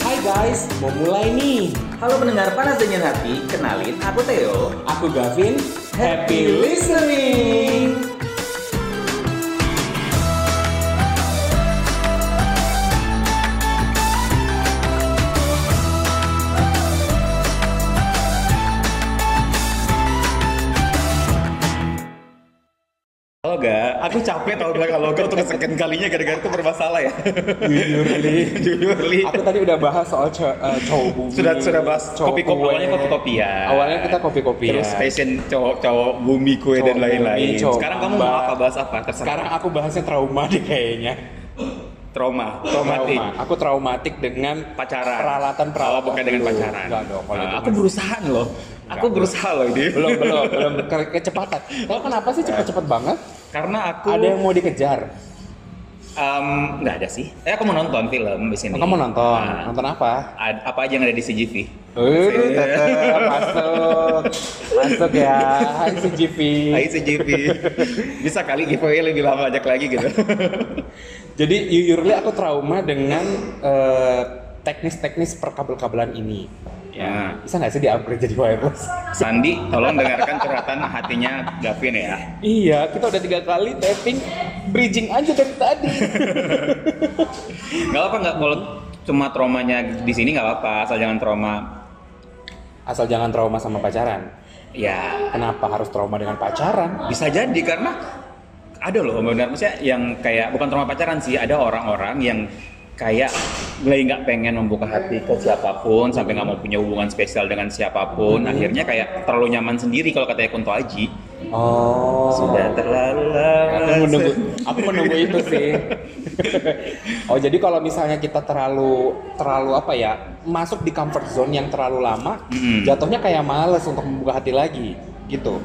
Podcast mau mulai nih. Halo pendengar panas dan nyenati, kenalin aku Theo. Aku Gavin, happy listening. Halo gak? Aku capek tau gak kalau kau untuk second kalinya gara-gara itu bermasalah ya. Jujur Li. Jujur Li. Aku tadi udah bahas soal co eh, cowok bumi. Sudah sudah bahas cowok kopi kopi kue. awalnya kopi kopian. Awalnya kita ya. kopi-kopian. Terus fashion cowok-cowok bumi kue Cowok dan lain-lain. bumi, cowok Sekarang kamu gambar. mau apa bahas apa? Terserah. Sekarang aku bahasnya trauma deh kayaknya. trauma, traumatik. Trauma. Aku traumatik dengan Pacaran. Peralatan peralatan. Oh, bukan dengan pacaran. Enggak dong. Kalau Nah, itu aku mah- berusaha loh. Aku Enggak. berusaha loh ini. belum belum belum Ke- kecepatan. Lo kenapa sih cepet-cepet banget? Karena Iya. aku Ada yang mau dikejar. em, nggak ada sih. Eh aku mau nonton film di sini. Oh, kamu nonton. Nah, Iya. Nonton apa? ad- apa aja yang ada di CGV? Eh, tetep masuk. Masuk ya. Hai CGV. Hai CGV. Bisa kali giveaway lebih lama ajak lagi gitu. Jadi yuyurli aku trauma dengan eh, teknis-teknis perkabel-kabelan ini. Ya. Bisa nggak sih di-upgrade jadi wireless? Sandi, tolong dengarkan curhatan hatinya Gavin ya. iya, kita udah tiga kali tapping, bridging aja dari tadi. Gak apa nggak kalau cuma traumanya di sini nggak apa-apa, asal jangan trauma. Asal jangan trauma sama pacaran. Ya, Kenapa harus trauma dengan pacaran? bisa jadi karena ada loh benar maksudnya yang kayak bukan trauma pacaran sih, ada orang-orang yang kayak mulai nggak pengen membuka hati ke siapapun sampai nggak mau punya hubungan spesial dengan siapapun akhirnya kayak terlalu nyaman sendiri kalau katanya Kunto Aji Oh. sudah terlalu lama aku menunggu aku menunggu itu sih oh jadi kalau misalnya kita terlalu terlalu apa ya masuk di comfort zone yang terlalu lama Mm-mm. jatuhnya kayak males untuk membuka hati lagi gitu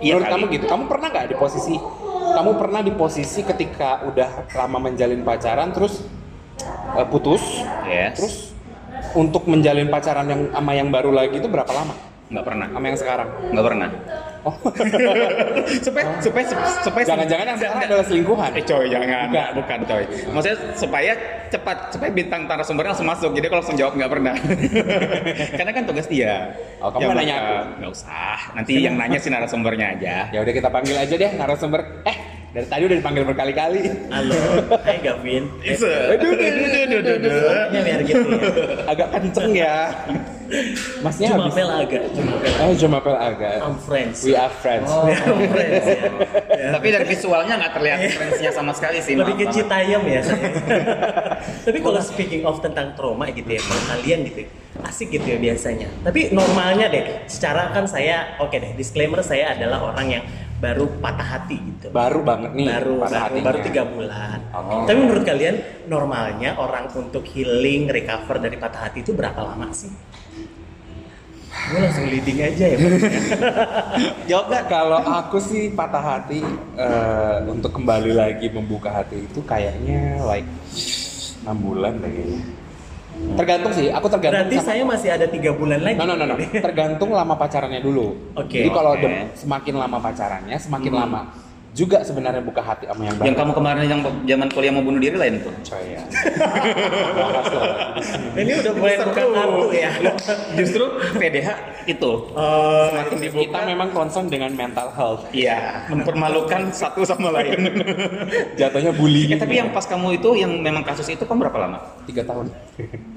Iya menurut kali. kamu gitu kamu pernah nggak di posisi kamu pernah di posisi ketika udah lama menjalin pacaran terus eh, putus Yes. terus untuk menjalin pacaran yang sama yang baru lagi itu berapa lama nggak pernah sama yang sekarang nggak pernah oh supaya supaya supaya jangan-jangan yang sekarang adalah selingkuhan Eh coy jangan, Bukan. bukan, bukan coy. Maksudnya supaya cepat, supaya bintang tanah sumbernya langsung masuk. Jadi kalau langsung jawab nggak pernah. Karena kan tugas dia. Ya, Oh, kamu nggak nanya aku? Nggak usah. Nanti yang nanya si narasumbernya aja. Ya udah kita panggil aja deh narasumber. Eh, dari tadi udah dipanggil berkali-kali. Halo, hai Gavin. It's a- Aduh, aduh, aduh, aduh, aduh, aduh. Ini biar gitu ya. Agak kenceng ya. Masnya Cuma habis. pel agak, cuma pel. Oh, cuma pel agak. I'm friends. We are Iya, friends. Oh, I'm friends ya. Ya. Tapi dari visualnya nggak terlihat referensinya sama sekali sih. Lebih maaf ke banget. Citayam ya saya. Tapi kalau speaking of tentang trauma gitu ya, kalau kalian gitu ya, asik gitu ya biasanya. Tapi normalnya deh, secara kan saya, oke deh, disclaimer saya adalah orang yang baru patah hati gitu. Baru banget nih. baru patah baru, hatinya. baru tiga bulan. Oh. Tapi menurut kalian normalnya orang untuk healing recover dari patah hati itu berapa lama sih? Gue langsung leading aja ya. Kan- Bang. Jawab nggak? Kalau aku sih patah hati eh, untuk kembali lagi membuka hati itu kayaknya like 6 bulan deh kayaknya. Tergantung sih, aku tergantung Berarti sama- saya masih ada tiga bulan lagi. No, no, no, no. Tergantung lama pacarannya dulu. Oke. Jadi kalau Oke. Hmm. dem- semakin lama pacarannya, semakin lama juga sebenarnya buka hati sama yang baru. Yang kamu kemarin yang zaman kuliah mau bunuh diri lain tuh. Coy, ya. Bahas loh. Ini udah mulai buka kartu ya. Justru PDH itu Eh, semakin Kita dibuka. memang concern dengan mental health. Iya, mempermalukan satu sama lain. Jatuhnya bullying. Ya, tapi yang pas kamu itu yang memang kasus itu kamu berapa lama? tiga tahun.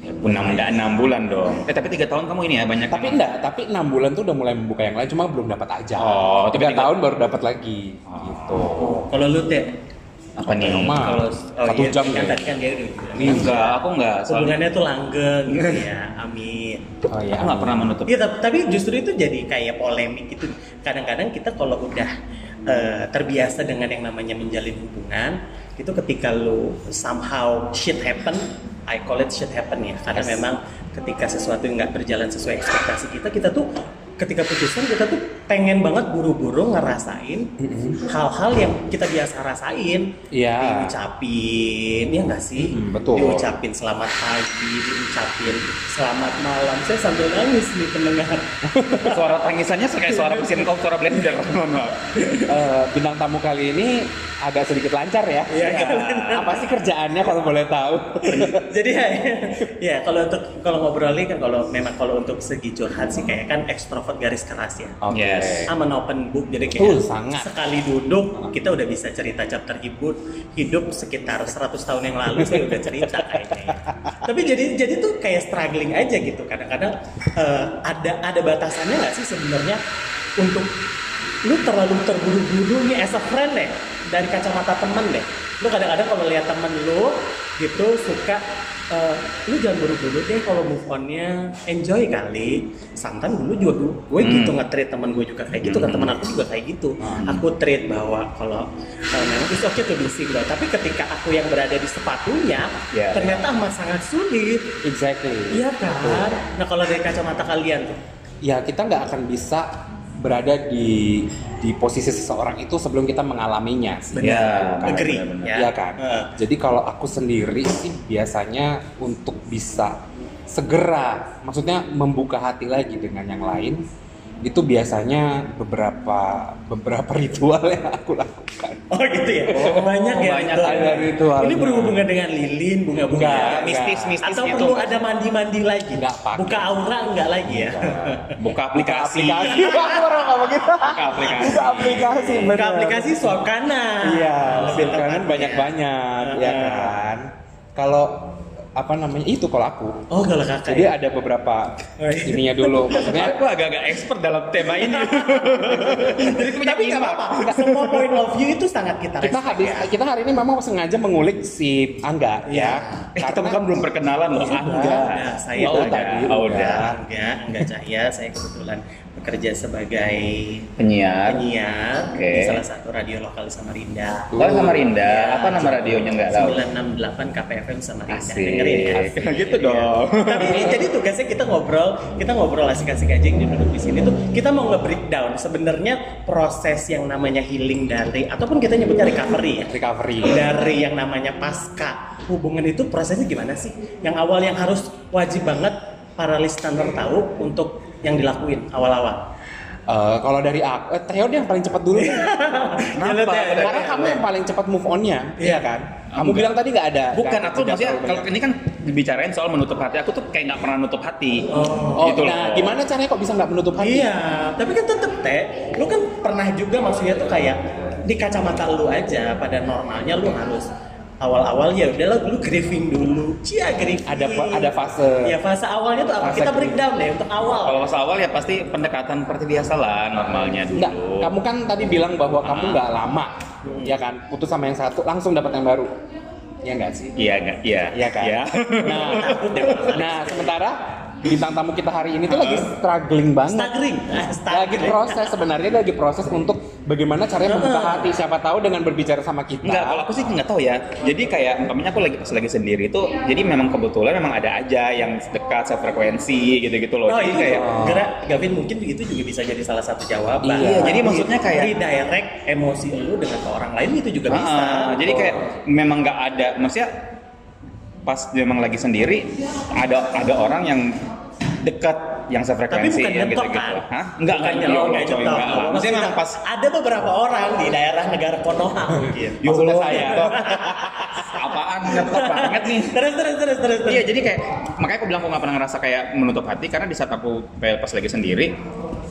Ya, enam enggak enam bulan dong eh tapi tiga tahun kamu ini ya banyak tapi enggak, tapi enam bulan tuh udah mulai membuka yang lain, cuma belum dapat aja. Oh, tapi Oh. tiga tiga- tahun baru dapat lagi. Gitu. kalau lu teh, apa nih Normal. Ah, kalau oh satu iya, jam kan ya. tadi kan dia udah bilang. enggak aku enggak soalnya Hubungannya tuh langgeng gitu ya, amin. Oh aku iya. enggak pernah menutup Iya, tapi, tapi justru itu jadi kayak polemik gitu. Kadang-kadang kita kalau udah eh, terbiasa dengan yang namanya menjalin hubungan, itu ketika lu somehow shit happen, I call it shit happen ya. Karena memang ketika sesuatu yang nggak berjalan sesuai ekspektasi kita, kita tuh ketika putusan kita tuh pengen banget buru-buru ngerasain hal-hal yang kita biasa rasain Iya. diucapin ya nggak sih Mm-mm, betul. diucapin selamat pagi diucapin selamat malam saya sambil nangis nih pendengar suara tangisannya kayak suara mesin kau suara blender Iya. mohon maaf. Eh, bintang tamu kali ini agak sedikit lancar ya. Iya, Ya. Apa sih kerjaannya kalau boleh tahu? jadi ya, ya kalau untuk kalau ngobrolnya kan kalau memang kalau untuk segi curhat sih kayak kan ekstrovert garis keras ya Oke. Yes. I'm an open book jadi Betul, kayak sangat. sekali duduk kita udah bisa cerita chapter hidup hidup sekitar 100 tahun yang lalu saya udah cerita kayaknya ya. tapi jadi jadi tuh kayak struggling aja gitu kadang-kadang eh, ada ada batasannya nggak sih sebenarnya untuk lu terlalu terburu-buru nih as a friend deh dari kacamata temen deh lu kadang-kadang kalau lihat temen lu gitu suka eh, lu jangan buru-buru deh kalau move onnya enjoy kali santan dulu juga du- gue Hmm. gitu nge-treat temen gue juga kayak gitu kan temen aku juga kayak gitu Hmm. aku treat bahwa kalau eh, memang itu oke tuh single tapi ketika aku yang berada di sepatunya Ya. ternyata amat sangat sulit Exactly. iya kan nah kalau dari kacamata kalian tuh ya kita nggak akan bisa berada di di posisi seseorang itu sebelum kita mengalaminya sih. Benar. Ya, Agree, benar-benar. ya. Iya kan? Heeh. Jadi kalau aku sendiri sih biasanya untuk bisa segera, maksudnya membuka hati lagi dengan yang lain, itu biasanya beberapa beberapa ritual yang aku lakukan. Oh gitu ya, banyak ya banyak ritual. ada ritualnya. Ini berhubungan dengan lilin, Enggak, bunga-bunga, enggak. Mistis-mistis Atau gitu. perlu ada mandi-mandi lagi? Enggak pakai. Buka aura enggak lagi ya? buka aplikasi Aplikasi, aku orang ngomong gitu. buka aplikasi Iya. Buka aplikasi, bener. Buka aplikasi suap kanan. Iya, Lebih swipe kanan tepatnya. banyak-banyak, ya Heeh. kan? Kalau apa namanya itu kalau aku. Oh kalau kakak. Jadi ya? ada beberapa Oh, iya. ininya dulu, maksudnya aku agak-agak expert dalam tema ini jadi Tapi nggak apa-apa. Semua point of view itu sangat kita. kita respect, habis ya. kita hari ini memang sengaja mengulik si Angga Iya. ya. eh kita bukan belum perkenalan loh Udah, Angga udah, Nah, saya oh, udah tadi, oh, udah. udah Enggak, enggak cahaya. Saya kebetulan bekerja sebagai penyiar penyiar Oke. di salah satu radio lokal di Samarinda. Oh, Samarinda. Ya, Apa nama radionya nggak tahu? 968 KPFM Samarinda. Asik. Dengerin ya. Asik. Gitu dong. Tapi ini jadi tugasnya kita ngobrol, kita ngobrol asik-asik aja yang duduk di sini tuh. Kita mau nge-breakdown sebenarnya proses yang namanya healing dari ataupun kita nyebutnya recovery ya. recovery. Dari yang namanya pasca hubungan itu prosesnya gimana sih? Yang awal yang harus wajib banget para listener tahu untuk yang dilakuin awal-awal. Eh, kalau dari aku, eh, Theo deh yang paling cepat dulu. Ya, lu, Teh. Karena kamu yang paling cepat move on-nya, iya kan? Kamu Enggak. bilang tadi nggak ada. bukan nggak- aku tidak maksudnya terlalu kalau banyak. ini kan dibicarain soal menutup hati aku tuh kayak nggak pernah nutup hati Oh, gitu nah loh. gimana caranya kok bisa nggak menutup hati? Iya, tapi kan tetep teh, lu kan pernah juga maksudnya tuh kayak di kacamata lu aja pada normalnya lu harus awal-awal ya udahlah lu grieving dulu. Cia grieving. Ada fa- ada fase. Ya fase awalnya tuh apa? Fase Kita grieving. breakdown deh untuk awal. Kalau masa awal ya pasti pendekatan seperti biasa lah normalnya dulu. Enggak, kamu kan tadi bilang bahwa kamu Ah. nggak lama, ya kan? Putus sama yang satu, langsung dapat yang baru. Ya nggak sih? Iya enggak? Iya. Iya kan? Iya. Nah, nah sementara bintang tamu kita hari ini tuh lagi struggling banget. Staggering. Ah, Lagi staggering. proses sebenarnya dia lagi proses untuk bagaimana caranya membuka Heeh. hati. Siapa tahu dengan berbicara sama kita. Enggak, kalau aku sih nggak tahu ya. Jadi kayak umpamanya aku lagi pas lagi sendiri itu, jadi memang kebetulan memang ada aja yang dekat sefrekuensi gitu-gitu loh. Oh, jadi itu kayak gerak Gavin mungkin itu juga bisa jadi salah satu jawaban. Iya, jadi maksudnya kayak- redirect emosi lu dengan ke orang lain itu juga Ah, bisa. jadi kayak memang nggak ada, maksudnya pas memang lagi sendiri ada ada orang yang dekat yang sefrekuensi Tapi bukan yang nyetok, gitu-gitu. kan? Hah? Enggak kan? Bukan Iya, nyetok, enggak, nggak coy, nyetok. enggak lah. Maksudnya memang pas ada beberapa orang di daerah negara Konoha mungkin. Maksudnya Yolo, saya. nyetok. Apaan nyetok banget nih. terus terus terus terus. terus. Iya jadi kayak makanya aku bilang aku nggak pernah ngerasa kayak menutup hati karena di saat aku kayak pas lagi sendiri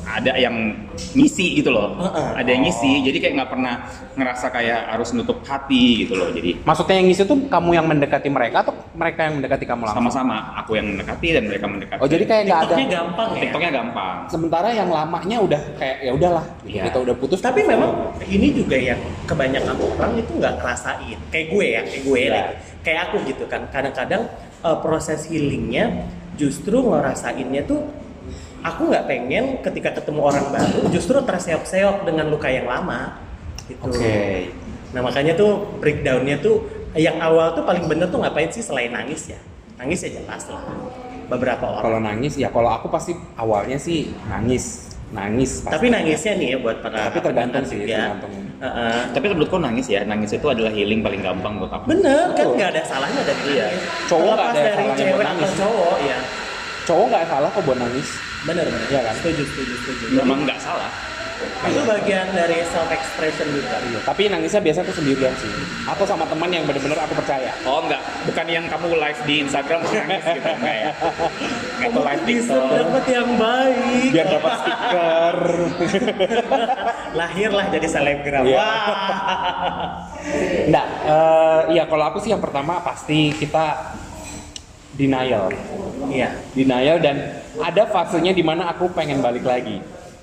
ada yang ngisi gitu loh, Heeh. ada yang ngisi jadi kayak nggak pernah ngerasa kayak harus nutup hati gitu loh jadi Maksudnya yang ngisi tuh kamu yang mendekati mereka atau mereka yang mendekati kamu langsung? sama-sama aku yang mendekati dan mereka mendekati. Oh jadi kayak nggak ada. TikToknya gampang ya. TikToknya gampang. Sementara yang lamanya udah kayak ya udahlah, gitu. Iya. kita udah putus. Tapi memang ini juga yang kebanyakan orang itu nggak ngerasain. Kayak gue ya, kayak gue Iya. like. kayak aku gitu kan. Kadang-kadang eh, proses healingnya justru ngerasainnya tuh aku nggak pengen ketika ketemu orang baru justru terseok-seok dengan luka yang lama. Gitu. Oke. Nah makanya tuh breakdownnya tuh yang awal tuh paling bener tuh ngapain sih selain nangis ya? Nangis ya jelas lah. Beberapa orang. Kalau nangis ya kalau aku pasti awalnya sih nangis. nangis pasti. Tapi nangisnya nih ya buat para Tapi tergantung sih, juga. tergantung. Heeh. Tapi menurutku nangis ya, nangis itu adalah healing paling gampang buat aku. Bener kan Betul. nggak ada salahnya dari Oh. dia. Iya. Cowok nggak ada dari salahnya cewek buat atau nangis. cowok ya. cowok nggak salah kok buat nangis Bener bener. Iya kan? Setuju setuju setuju. Memang nggak salah. Itu bagian dari self expression juga. Iya, tapi nangisnya biasa aku sendirian sih atau sama teman yang bener-bener aku percaya Oh enggak, bukan yang kamu live di Instagram terus nangis gitu enggak ya. Enggak itu live Bisa TikTok. dapat yang baik. biar dapat stiker Lahirlah jadi selebgram. Iya. Wah. Nggak, eh, iya kalau aku sih yang pertama pasti kita denial Iya. denial dan ada fasenya di mana aku pengen balik lagi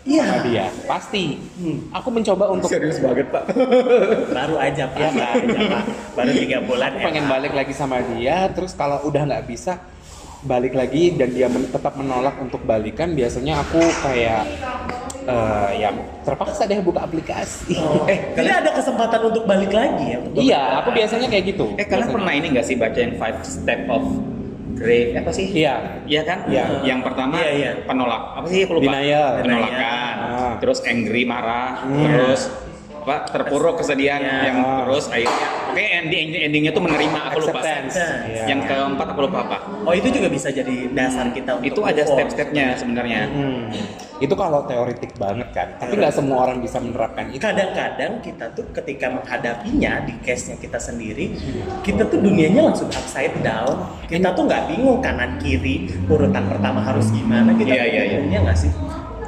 Iya. sama dia pasti Hmm. aku mencoba untuk Serius banget, Pak. Baru aja pak. Iya, Pak. baru aja pak. Baru tiga bulan. aku ya, pengen Pak. balik lagi sama dia terus kalau udah nggak bisa balik lagi dan dia men- tetap menolak untuk balikan biasanya aku kayak eh ya terpaksa deh buka aplikasi Oh. Eh, tidak ada kesempatan untuk balik lagi ya? untuk iya balik aku lagi. biasanya kayak gitu Eh, kalian biasanya. pernah ini nggak sih baca yang five step of grave apa sih? iya Iya kan? Iya. Yang pertama Iya, iya. penolak. Apa sih aku lupa? Denial. Penolakan. Denial. Terus angry, marah, Hmm. terus apa? Terpuruk kesedihan Iya. yang terus akhirnya oke ending endingnya tuh menerima aku lupa. acceptance Acceptance. Iya. Yang keempat aku lupa apa? Oh itu juga bisa jadi dasar kita untuk Itu ada move on. step-stepnya sebenarnya. Hmm. itu kalau teoretik banget kan tapi nggak semua orang bisa menerapkan itu Kadang-kadang kita tuh ketika menghadapinya di case-nya kita sendiri, kita tuh dunianya langsung upside down. Kita tuh nggak bingung kanan kiri urutan pertama harus gimana. Kita Iya, iya, iya. bingungnya nggak sih?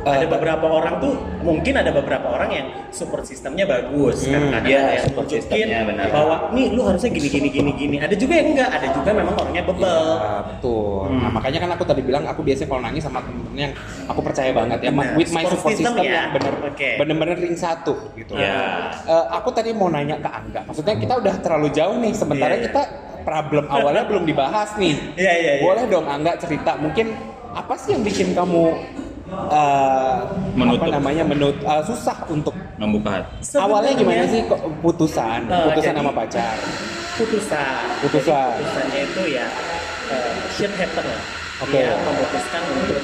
Eh, ada beberapa orang tuh mungkin ada beberapa orang yang support sistemnya bagus Hmm, kadang-kadang iya, ada yang support nunjukin sistemnya benar. bahwa nih lu harusnya gini gini gini gini ada juga yang enggak ada juga memang orangnya bebel Ah, betul. Hmm. Nah, makanya kan aku tadi bilang aku biasanya kalau nangis sama temen-temen yang aku percaya banget ya, Nah, Benar. with my support system, Nah, ya. yang bener Oke. bener-bener ring satu gitu. Ya. Eh, aku tadi mau nanya ke Angga, maksudnya kita udah terlalu jauh nih, sementara Iya, iya. kita problem awalnya belum dibahas nih. Iya, iya, iya. Boleh dong Angga cerita, mungkin apa sih yang bikin kamu eh, Menutup. apa namanya menut eh, susah untuk Membuka hati. awalnya gimana Sebenarnya- sih kok putusan Eh, putusan jadi- sama pacar putusan Putusan. Jadi putusannya itu ya eh, shit happen lah Oke. Dia memutuskan untuk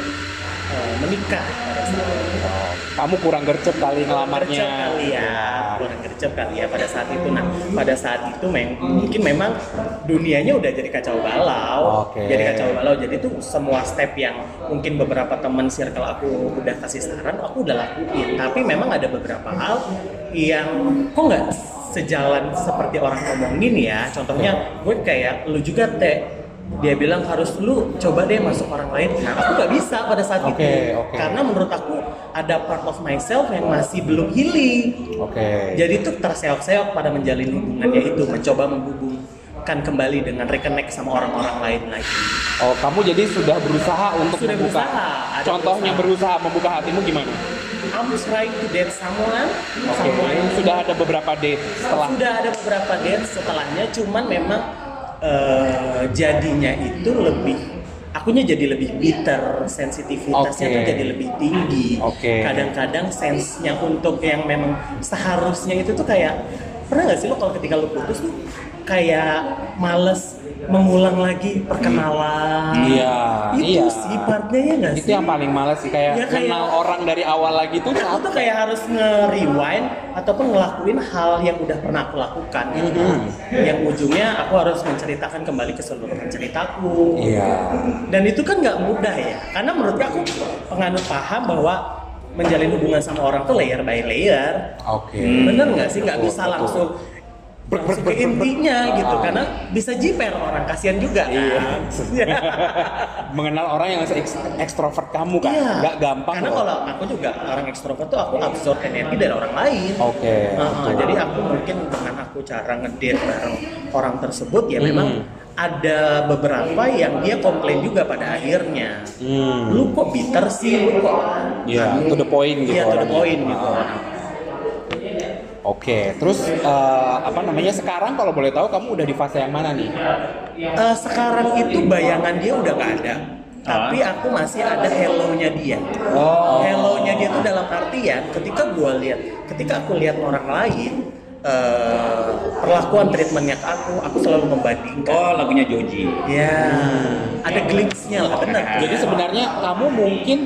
eh, menikah pada saat itu. kamu kurang gercep kali ngelamarnya Gercep kali ya Iya. kurang gercep kali ya pada saat itu nah pada saat itu mem- mungkin memang dunianya udah jadi kacau balau Oke. jadi kacau balau jadi tuh semua step yang mungkin beberapa teman circle aku udah kasih saran aku udah lakuin tapi memang ada beberapa hal yang kok nggak sejalan seperti orang ngomongin ya contohnya gue kayak lu juga teh dia bilang harus lu coba deh masuk orang lain nah aku nggak bisa pada saat Oke, itu oke. Gitu. karena menurut aku ada part of myself yang masih belum healing oke jadi itu terseok-seok pada menjalin hubungan yaitu mencoba menghubungkan kembali dengan reconnect sama orang-orang lain lagi. Oh, kamu jadi sudah berusaha untuk Sudah membuka. berusaha, ada Contohnya berusaha. membuka hatimu gimana? I'm trying to date someone, Oke, nah, someone sudah ada beberapa date setelah. sudah ada beberapa date setelahnya, cuman memang eh, jadinya itu lebih akunya jadi lebih bitter, sensitivitasnya Oke. tuh jadi lebih tinggi. Oke. Kadang-kadang sensenya untuk yang memang seharusnya itu tuh kayak pernah nggak sih lo kalau ketika lo putus tuh kayak males mengulang lagi perkenalan. Hmm. Iya, iya. Itu sih partnya ya nggak sih? Itu yang paling males sih kayak Ya, kayak- Iya. kenal orang dari awal lagi tuh aku tuh kayak harus nge-rewind ataupun ngelakuin hal yang udah pernah aku lakukan gitu. Mhm. Yang ujungnya aku harus menceritakan kembali keseluruhan ceritaku. Iya. Dan itu kan nggak mudah ya. Karena menurut aku penganut paham bahwa menjalin hubungan sama orang tuh layer by layer. Oke. Bener nggak sih? Nggak Hmm. Betul, bisa betul. langsung Brek, brek, langsung ke brek, brek, brek. intinya gitu Ah. karena bisa jiper orang kasihan juga Iya. kan. Iya. Mengenal orang yang se- ekstrovert kamu kan, Iya. nggak gampang. Karena loh. kalau aku juga orang ekstrovert tuh aku absorb energi dari orang lain. Oke, Nah, betul. jadi aku mungkin dengan aku cara ngedate bareng orang tersebut ya memang Hmm. ada beberapa yang dia komplain juga pada akhirnya. Hmm. Lu kok bitter sih? Lu kok? Iya, to the point gitu Iya, to the orangnya. point gitu. Ah. Oke, terus eh, apa namanya sekarang kalau boleh tahu kamu udah di fase yang mana nih? Eh, sekarang itu bayangan dia udah nggak ada. Ah. Tapi aku masih ada hello-nya dia. Oh. Hello-nya dia tuh dalam artian ketika gua lihat, ketika aku lihat orang lain eh, eh, perlakuan treatmentnya ke aku, aku selalu membandingkan. Oh, lagunya Joji. Ya, ada glimpse-nya lah, benar. Jadi sebenarnya kamu mungkin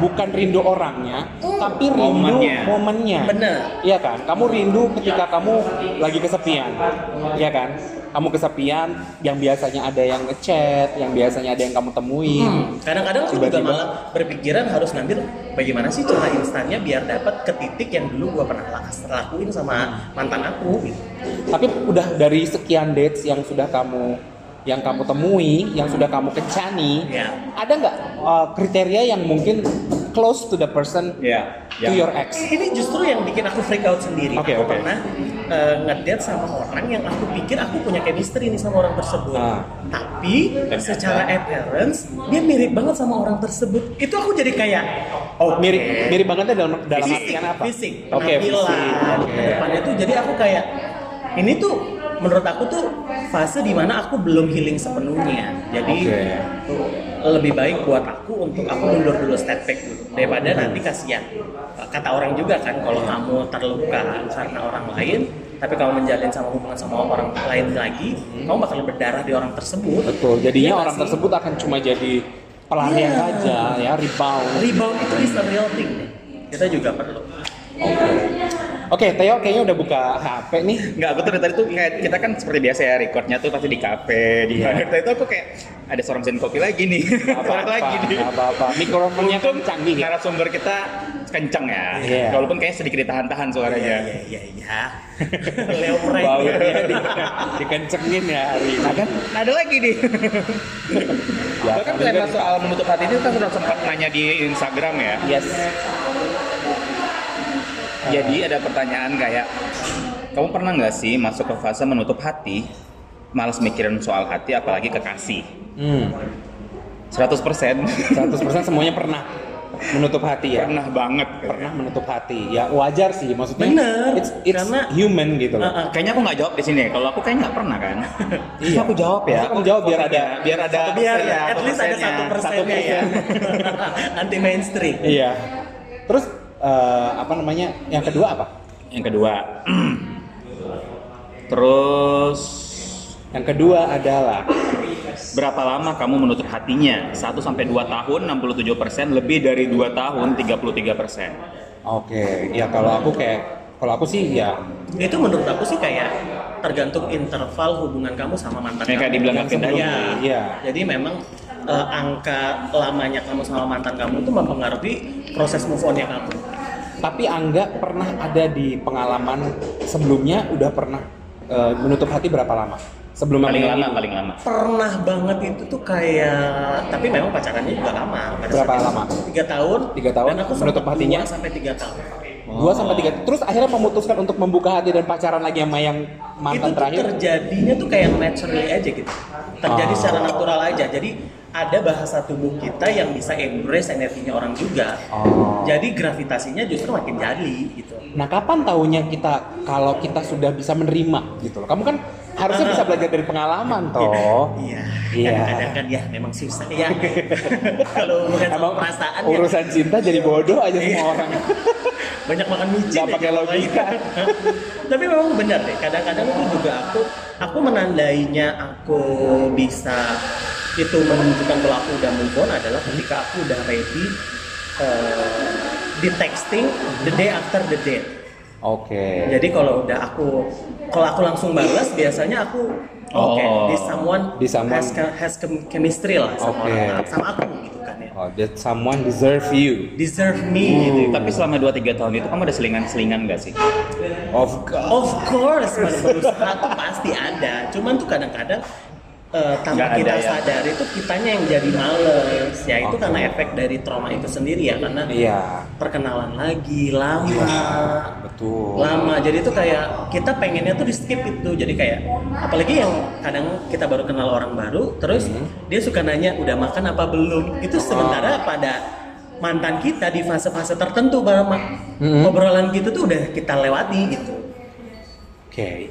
bukan rindu orangnya, tapi rindu Momennya. momennya. Bener. Iya kan? Kamu rindu ketika kamu lagi kesepian. Iya kan? Kamu kesepian yang biasanya ada yang ngechat, yang biasanya ada yang kamu temuin. Hmm. Kadang-kadang aku juga Tiba-tiba. malah berpikiran harus ngambil bagaimana sih cara instannya biar dapat ke titik yang dulu gua pernah lak- lakuin sama mantan aku gitu. Tapi udah dari sekian dates yang sudah kamu yang kamu temui, yang sudah kamu kencani, Ya. ada nggak uh, kriteria yang mungkin close to the person Ya. to your ex? Ini justru yang bikin aku freak out sendiri. Oke, aku oke. pernah eh, ngedate sama orang yang aku pikir aku punya chemistry nih sama orang tersebut. Ah. Tapi secara appearance dia mirip banget sama orang tersebut. Itu aku jadi kayak Oh, mirip mirip bangetnya dalam dalam fisik, artian apa? fisik, Oke, penampilan, fisik. Oke. depannya tuh jadi aku kayak ini tuh menurut aku tuh fase dimana aku belum healing sepenuhnya. Jadi Oke. tuh, lebih baik buat aku untuk aku mundur dulu step back dulu daripada Hmm. nanti kasihan. Kata orang juga kan kalau kamu terluka karena orang lain, tapi kamu menjalin sama hubungan sama orang lain lagi, kamu bakal berdarah di orang tersebut. Hmm. Betul. Iya Jadinya nggak orang sih? tersebut akan cuma jadi pelarian Iya. saja ya, rebound. rebound itu is a real thing. Kita juga perlu. Oke, Teo kayaknya udah buka HP nih. Enggak, aku tuh dari tadi tuh kayak kita kan seperti biasa ya recordnya tuh pasti di kafe di Iya. Dari tadi tuh aku kayak ada seorang mesin kopi lagi nih, Nggak seorang lagi nih. nggak apa-apa. Mikrofonnya kan Untung canggih ya. narasumber kita kenceng ya, Iya. walaupun kayaknya sedikit ditahan-tahan Iya, suaranya. iya, iya. Leo Frank. Baunya di, dikencengin ya hari ini. Nah kan, ada lagi nih. Ya, Bahkan sambil kalian kita- soal menutup hati itu kita sudah sempat nanya di Instagram ya. Yes. Jadi ada pertanyaan kayak, kamu pernah nggak sih masuk ke fase menutup hati, malas mikirin soal hati apalagi kekasih? Hmm. 100% 100% semuanya pernah menutup hati ya. pernah banget. Pernah menutup hati. Ya wajar sih maksudnya. Bener. It's, it's Karena- human gitu loh. Uh-uh. Kayaknya aku nggak jawab di sini. ya. Kalau aku kayaknya nggak pernah kan. Iya. Aku jawab ya. Maksudnya kamu jawab biar ada- biar ada Satu Biar ya, at satu least ada persennya. satu persennya ya. Anti mainstream. Iya. Terus eh, apa namanya? Yang kedua apa? Yang kedua. Terus Yang kedua adalah berapa lama kamu menutup hatinya? 1 sampai 2 tahun 67%, lebih dari 2 tahun 33%. Oke, ya kalau aku kayak kalau aku sih ya Itu menurut aku sih kayak tergantung interval hubungan kamu sama mantan Yang kayak kamu. dibilang Yang Kevin tadi. sebelumnya. Iya. Iya. Jadi memang eh, angka lamanya kamu sama mantan kamu itu mempengaruhi proses move on-nya kamu. tapi Angga pernah ada di pengalaman sebelumnya udah pernah eh, menutup hati berapa lama? Sebelum Paling Angga lama, ini. paling lama. Pernah banget itu tuh kayak tapi memang pacarannya juga lama. Pada Berapa saat itu lama? Tiga tahun. Tiga tahun, Dan aku menutup sempat hatinya? dua sampai tiga tahun. Dua sampai tiga. Terus akhirnya memutuskan untuk membuka hati dan pacaran lagi sama yang itu mantan tuh terakhir. terjadinya tuh kayak naturally aja gitu terjadi Ah. secara natural aja jadi ada bahasa tubuh kita yang bisa embrace energinya orang juga Oh. jadi gravitasinya justru makin jadi gitu Nah, kapan tahunya kita kalau kita sudah bisa menerima gitu loh. Kamu kan harusnya Ah. bisa belajar dari pengalaman gitu. toh. iya Iya. kadang-kadang kan ya memang susah ya kalau bukan sama Emang perasaan ya, urusan cinta jadi bodoh aja semua orang. banyak makan micin Nggak deh, pakai kalau logika. gitu. tapi memang benar deh kadang-kadang itu juga aku aku menandainya aku bisa itu menunjukkan kalau aku udah move on adalah ketika aku udah ready eh, di texting the day after the date Oke. jadi kalau udah aku kalau aku langsung balas biasanya aku oke Oh. this someone, This someone- has, ke- has chem- chemistry lah sama Oke. orang sama aku gitu kan ya Oh, that someone deserve you. deserve me gitu Tapi selama 2-3 tahun itu kamu ada selingan-selingan nggak sih? Of God. Of course, pada berusaha tuh pasti ada. Cuman tuh kadang-kadang eh, tanpa Nggak ada kita ya. sadari tuh kitanya yang jadi males. Ya itu Oke. karena efek dari trauma itu sendiri ya karena Iya. perkenalan lagi lama. Iya. Betul. Lama. Jadi tuh kayak kita pengennya tuh di skip itu. Jadi kayak apalagi yang kadang kita baru kenal orang baru terus Hmm. dia suka nanya udah makan apa belum. Itu Oh. sementara pada mantan kita di fase-fase tertentu Bang. Mhm. Hmm. obrolan gitu tuh udah kita lewati gitu. Oke.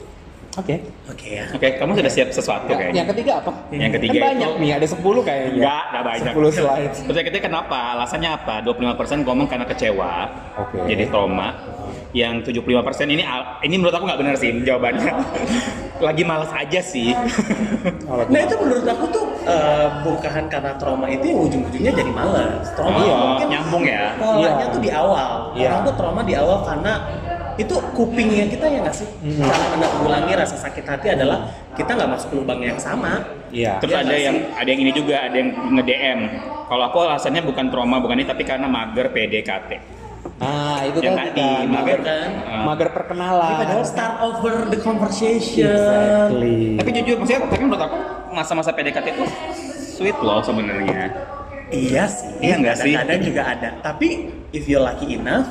Oke. Oke ya. Oke, kamu sudah siap sesuatu Ya, kayaknya. yang ketiga apa? Yang ketiga kan banyak itu- nih, ada 10 kayaknya. Enggak, enggak banyak. 10 slide. Terus yang ketiga kenapa? Alasannya apa? 25% ngomong karena kecewa. Oke. Jadi trauma. Yang 75% ini al- ini menurut aku nggak benar sih jawabannya. Lagi malas aja sih. Nah itu menurut aku tuh eh, bukan karena trauma itu yang ujung-ujungnya jadi males. Trauma Oh, mungkin nyambung ya. Polanya Iya. tuh di awal. Iya. Orang tuh trauma di awal karena itu kupingnya kita ya nggak sih? Mhm. Cara menanggulangi rasa sakit hati adalah kita nggak masuk lubang yang sama. Iya. Terus Iya ada nggak yang sih? ada yang ini juga, ada yang nge-DM. Kalau aku alasannya bukan trauma, bukan ini tapi karena mager PDKT. Iya. Nah, itu yang tadi tadi kan, mager mager, kan. mager perkenalan. Tapi padahal start over the conversation. Exactly. Tapi jujur maksudnya tapi menurut aku masa-masa PDKT itu sweet loh sebenarnya. Iya sih. Iya nggak sih? Kadang-kadang juga ada. Tapi if you're lucky enough,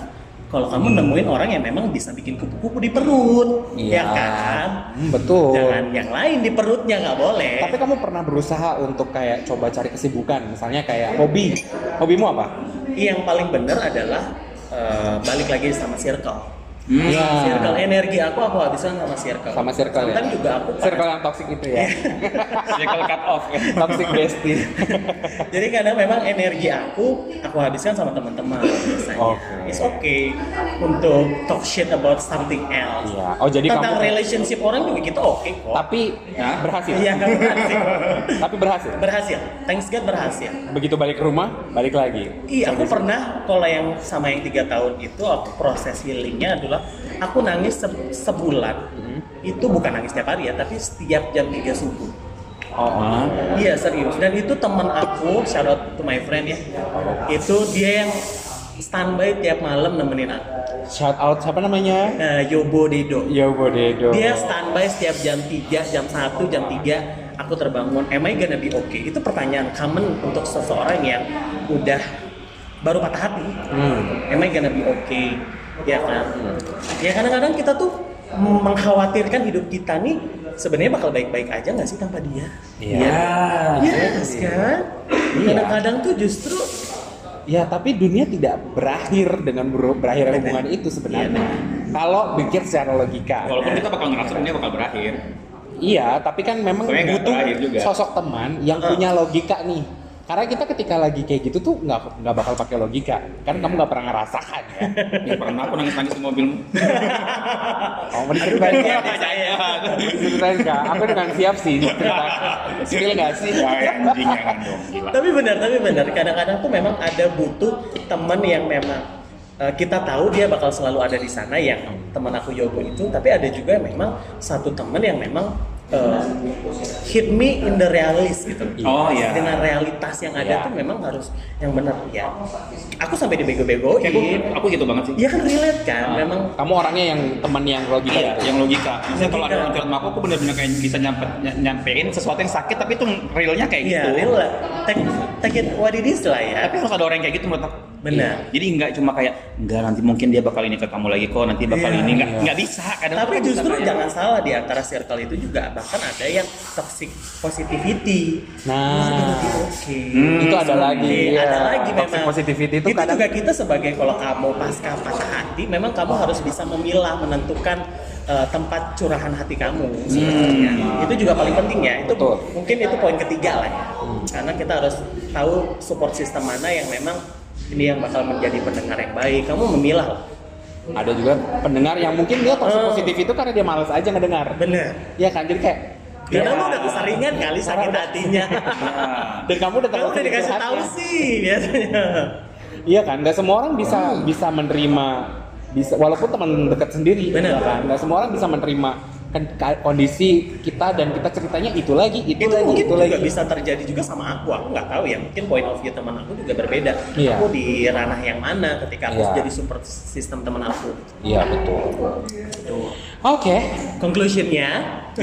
kalau kamu nemuin orang yang memang bisa bikin kupu-kupu di perut, Iya. ya kan? Hmm, betul. Jangan yang lain di perutnya nggak boleh. Tapi kamu pernah berusaha untuk kayak coba cari kesibukan, misalnya kayak hobi. Hobimu apa? yang paling benar adalah eh, balik lagi sama circle. Iya. Circle energi aku aku habisin sama circle. Sama circle ya. Sometimes juga aku pada- Circle yang toxic itu ya. Circle cut off. toxic bestie. Jadi kadang memang energi aku aku habiskan sama teman-teman biasanya. Oke. It's okay untuk talk shit about something else. Iya. Oh, jadi tentang kamu- relationship orang juga kita oke kok. Tapi Hah? berhasil. Iya kan berhasil. Tapi berhasil. berhasil. Thanks God berhasil. Begitu balik ke rumah, balik lagi. Iya, aku pernah kalau yang sama yang tiga tahun itu aku proses healingnya adalah aku nangis se- sebulan itu bukan nangis tiap hari ya tapi setiap jam 3 subuh Oh, iya serius dan itu teman aku shout out to my friend ya itu dia yang standby tiap malam nemenin aku Shout out siapa namanya? Eh, Yobo Dedo Yo Bodedo. dia standby setiap jam 3, jam 1, jam 3 aku terbangun am I gonna be okay itu pertanyaan common untuk seseorang yang udah baru patah hati Hmm. am I gonna be okay ya kan ya kadang-kadang kita tuh mengkhawatirkan hidup kita nih sebenarnya bakal baik-baik aja nggak sih tanpa dia Iya. Iya, yes, kan Iya. kadang-kadang tuh justru Ya, tapi dunia tidak berakhir dengan ber- berakhir hubungan itu sebenarnya. Iya. Kalau pikir secara logika. walaupun kita bakal ngerasa dunia bakal berakhir. Iya, tapi kan memang Soalnya nggak butuh terakhir juga. sosok teman yang Ah. punya logika nih. Karena kita ketika lagi kayak gitu tuh nggak nggak bakal pakai logika. Kan kamu nggak pernah ngerasakan ya. Ya pernah aku nangis-nangis di mobilmu. Kamu mau diceritain nggak? saya. Diceritain nggak? Aku dengan siap sih. cerita. Skill nggak sih? Ya anjing jangan dong, gila. tapi benar tapi benar kadang-kadang tuh memang ada butuh teman yang memang eh, kita tahu dia bakal selalu ada di sana yang teman aku Yogo itu tapi ada juga yang memang satu teman yang memang eh, hit me in the realist gitu Oh, iya. dengan realitas yang ada Iya. tuh memang harus yang benar ya aku sampai Kayak aku, dibego-begoin aku gitu banget sih. ya kan relate kan Ah. memang Kamu orangnya yang teman yang logika. Iya, gitu. yang logika. Maksudnya kalau ada Logika. orang curhat sama aku, aku bener-bener kayak bisa nyampe, ny- nyampein sesuatu yang sakit, tapi itu realnya kayak ya gitu. relate take, take it what it is lah ya Tapi harus ada orang yang kayak gitu menurut aku. Benar. Iya. Jadi nggak cuma kayak, nggak nanti mungkin dia bakal ini ke kamu lagi kok, nanti bakal Iya. ini. Nggak, Iya. nggak bisa. Kadang Tapi kadang justru bisa jangan salah di antara circle itu juga bahkan ada yang toxic positivity. Nah. Positivity, oke. Hmm, itu ada lagi. Oke, ya. Ada lagi Toxic memang. positivity itu, kadang juga kita sebagai kalau kamu pasca patah hati, memang kamu harus bisa memilah menentukan eh, tempat curahan hati kamu. sebenarnya. Itu juga paling penting ya. Hmm. Itu Betul. mungkin itu poin ketiga lah. ya. Karena kita harus tahu support system mana yang memang ini yang bakal menjadi pendengar yang baik. Kamu memilah lah. ada juga pendengar yang mungkin dia toxic Eh. positif itu karena dia malas aja ngedengar. Bener. Iya kan? Jadi kayak Karena lu udah keseringan kali sakit hatinya. dan kamu udah Kamu udah terlalu dikasih curhatnya. tahu sih biasanya. Iya kan, nggak semua orang bisa Hmm. bisa menerima bisa walaupun teman dekat sendiri, Bener. ya kan? Nggak semua orang bisa menerima kan- ka- kondisi kita dan kita ceritanya itu lagi, itu, Itu lagi, mungkin itu juga lagi. bisa terjadi juga sama aku. Aku nggak tahu ya. Mungkin point of view teman aku juga berbeda. Iya. Aku di ranah yang mana ketika aku Iya. jadi support system teman aku. Iya betul. Tuh. Oke, Conclusionnya.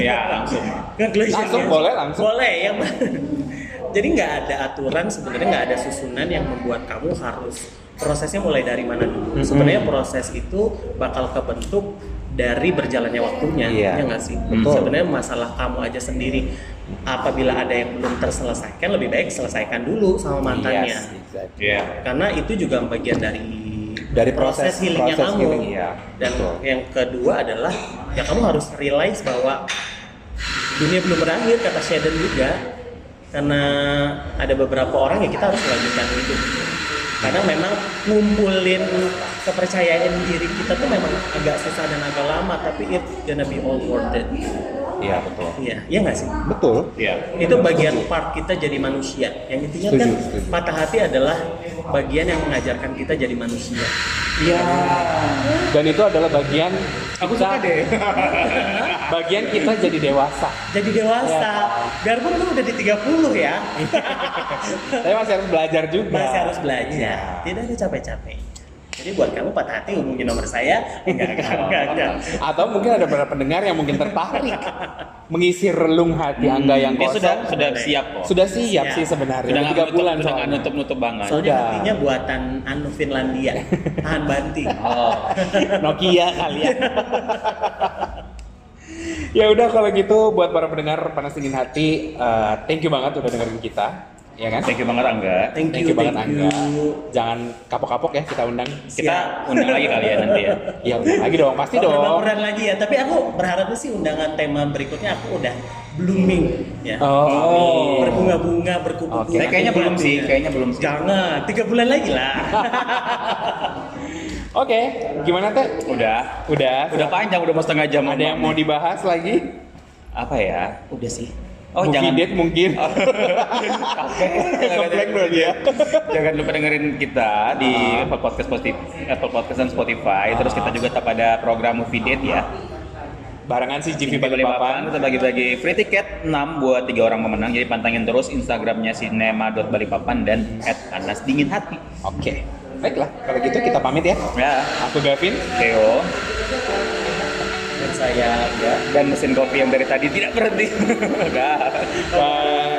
Iya. Ya, langsung. Conclusionnya. Langsung, boleh, langsung. Boleh yang jadi nggak ada aturan sebenarnya nggak ada susunan yang membuat kamu harus prosesnya mulai dari mana Mhm. dulu. Sebenarnya proses itu bakal kebentuk dari berjalannya waktunya, Iya. ya nggak sih? Betul. Sebenarnya masalah kamu aja sendiri. Apabila ada yang belum terselesaikan, lebih baik selesaikan dulu sama mantannya Yes, exactly. Iya. karena itu juga bagian dari dari proses, proses healingnya proses kamu healing, iya. dan Betul. yang kedua adalah ya kamu harus realize bahwa dunia belum berakhir kata Sheldon juga karena ada beberapa orang ya kita harus melanjutkan hidup karena memang ngumpulin kepercayaan diri kita tuh memang agak susah dan agak lama tapi it gonna be all worth it Iya, betul. iya iya nggak sih Betul. Iya. itu bagian part kita jadi manusia yang intinya Setuju, kan setuju. patah hati adalah bagian yang mengajarkan kita jadi manusia Iya. Dan itu adalah bagian Aku suka deh. bagian kita jadi dewasa. jadi dewasa Iya. biarpun lu udah di 30 ya Tapi masih harus belajar juga. masih harus belajar Iya. tidak ada capek-capek jadi buat kamu patah hati hubungi nomor saya enggak enggak enggak, enggak. Atau mungkin ada para pendengar yang mungkin tertarik mengisi relung hati Angga yang Dia kosong. Hmm. Ya, sudah sudah siap kok. Sudah siap Siap. sih sebenarnya. Sudah nggak tiga nutup- bulan sudah nggak soalnya. nutup-nutup banget. soalnya Udah. hatinya buatan anu Finlandia tahan banting Oh. Nokia kali ya. ya udah kalau gitu buat para pendengar panas dingin hati, eh, thank you banget udah dengerin kita, ya kan? Thank you banget Angga. thank Thank you you banget thank Angga. you. Jangan kapok-kapok ya kita undang. Kita undang lagi kali ya nanti Iya, Ya ya. undang lagi dong, pasti Kalau memang dong. berat lagi ya, tapi aku berharapnya sih undangan tema berikutnya aku udah blooming ya. Oh. Berbunga-bunga, berkupu-kupu. Oke. Saya kayaknya belum sih, kayaknya belum sih. ya. Jangan, tiga bulan lagi lah. Oke, gimana teh? Udah. Udah, Udah panjang, udah mau setengah jam. ada yang mau dibahas lagi? apa ya? Udah sih. Oh, Booking date mungkin. ya. Komplek Jangan dong dia. Jangan lupa dengerin kita di Ah. Apple Podcast Spotify, Apple Podcast dan Spotify. Terus kita juga tetap ada program Movie Date ya. Barengan si Di JV Balikpapan Balikpapan. kita bagi-bagi free ticket 6 buat tiga orang pemenang. Jadi pantengin terus Instagramnya sinema.balikpapan dan @panasdinginhati. Oke. Baiklah, kalau gitu kita pamit ya. Ya, Aku Gavin. Theo ya. Dan saya ya. dan mesin kopi yang dari tadi tidak berhenti. Udah. Bye.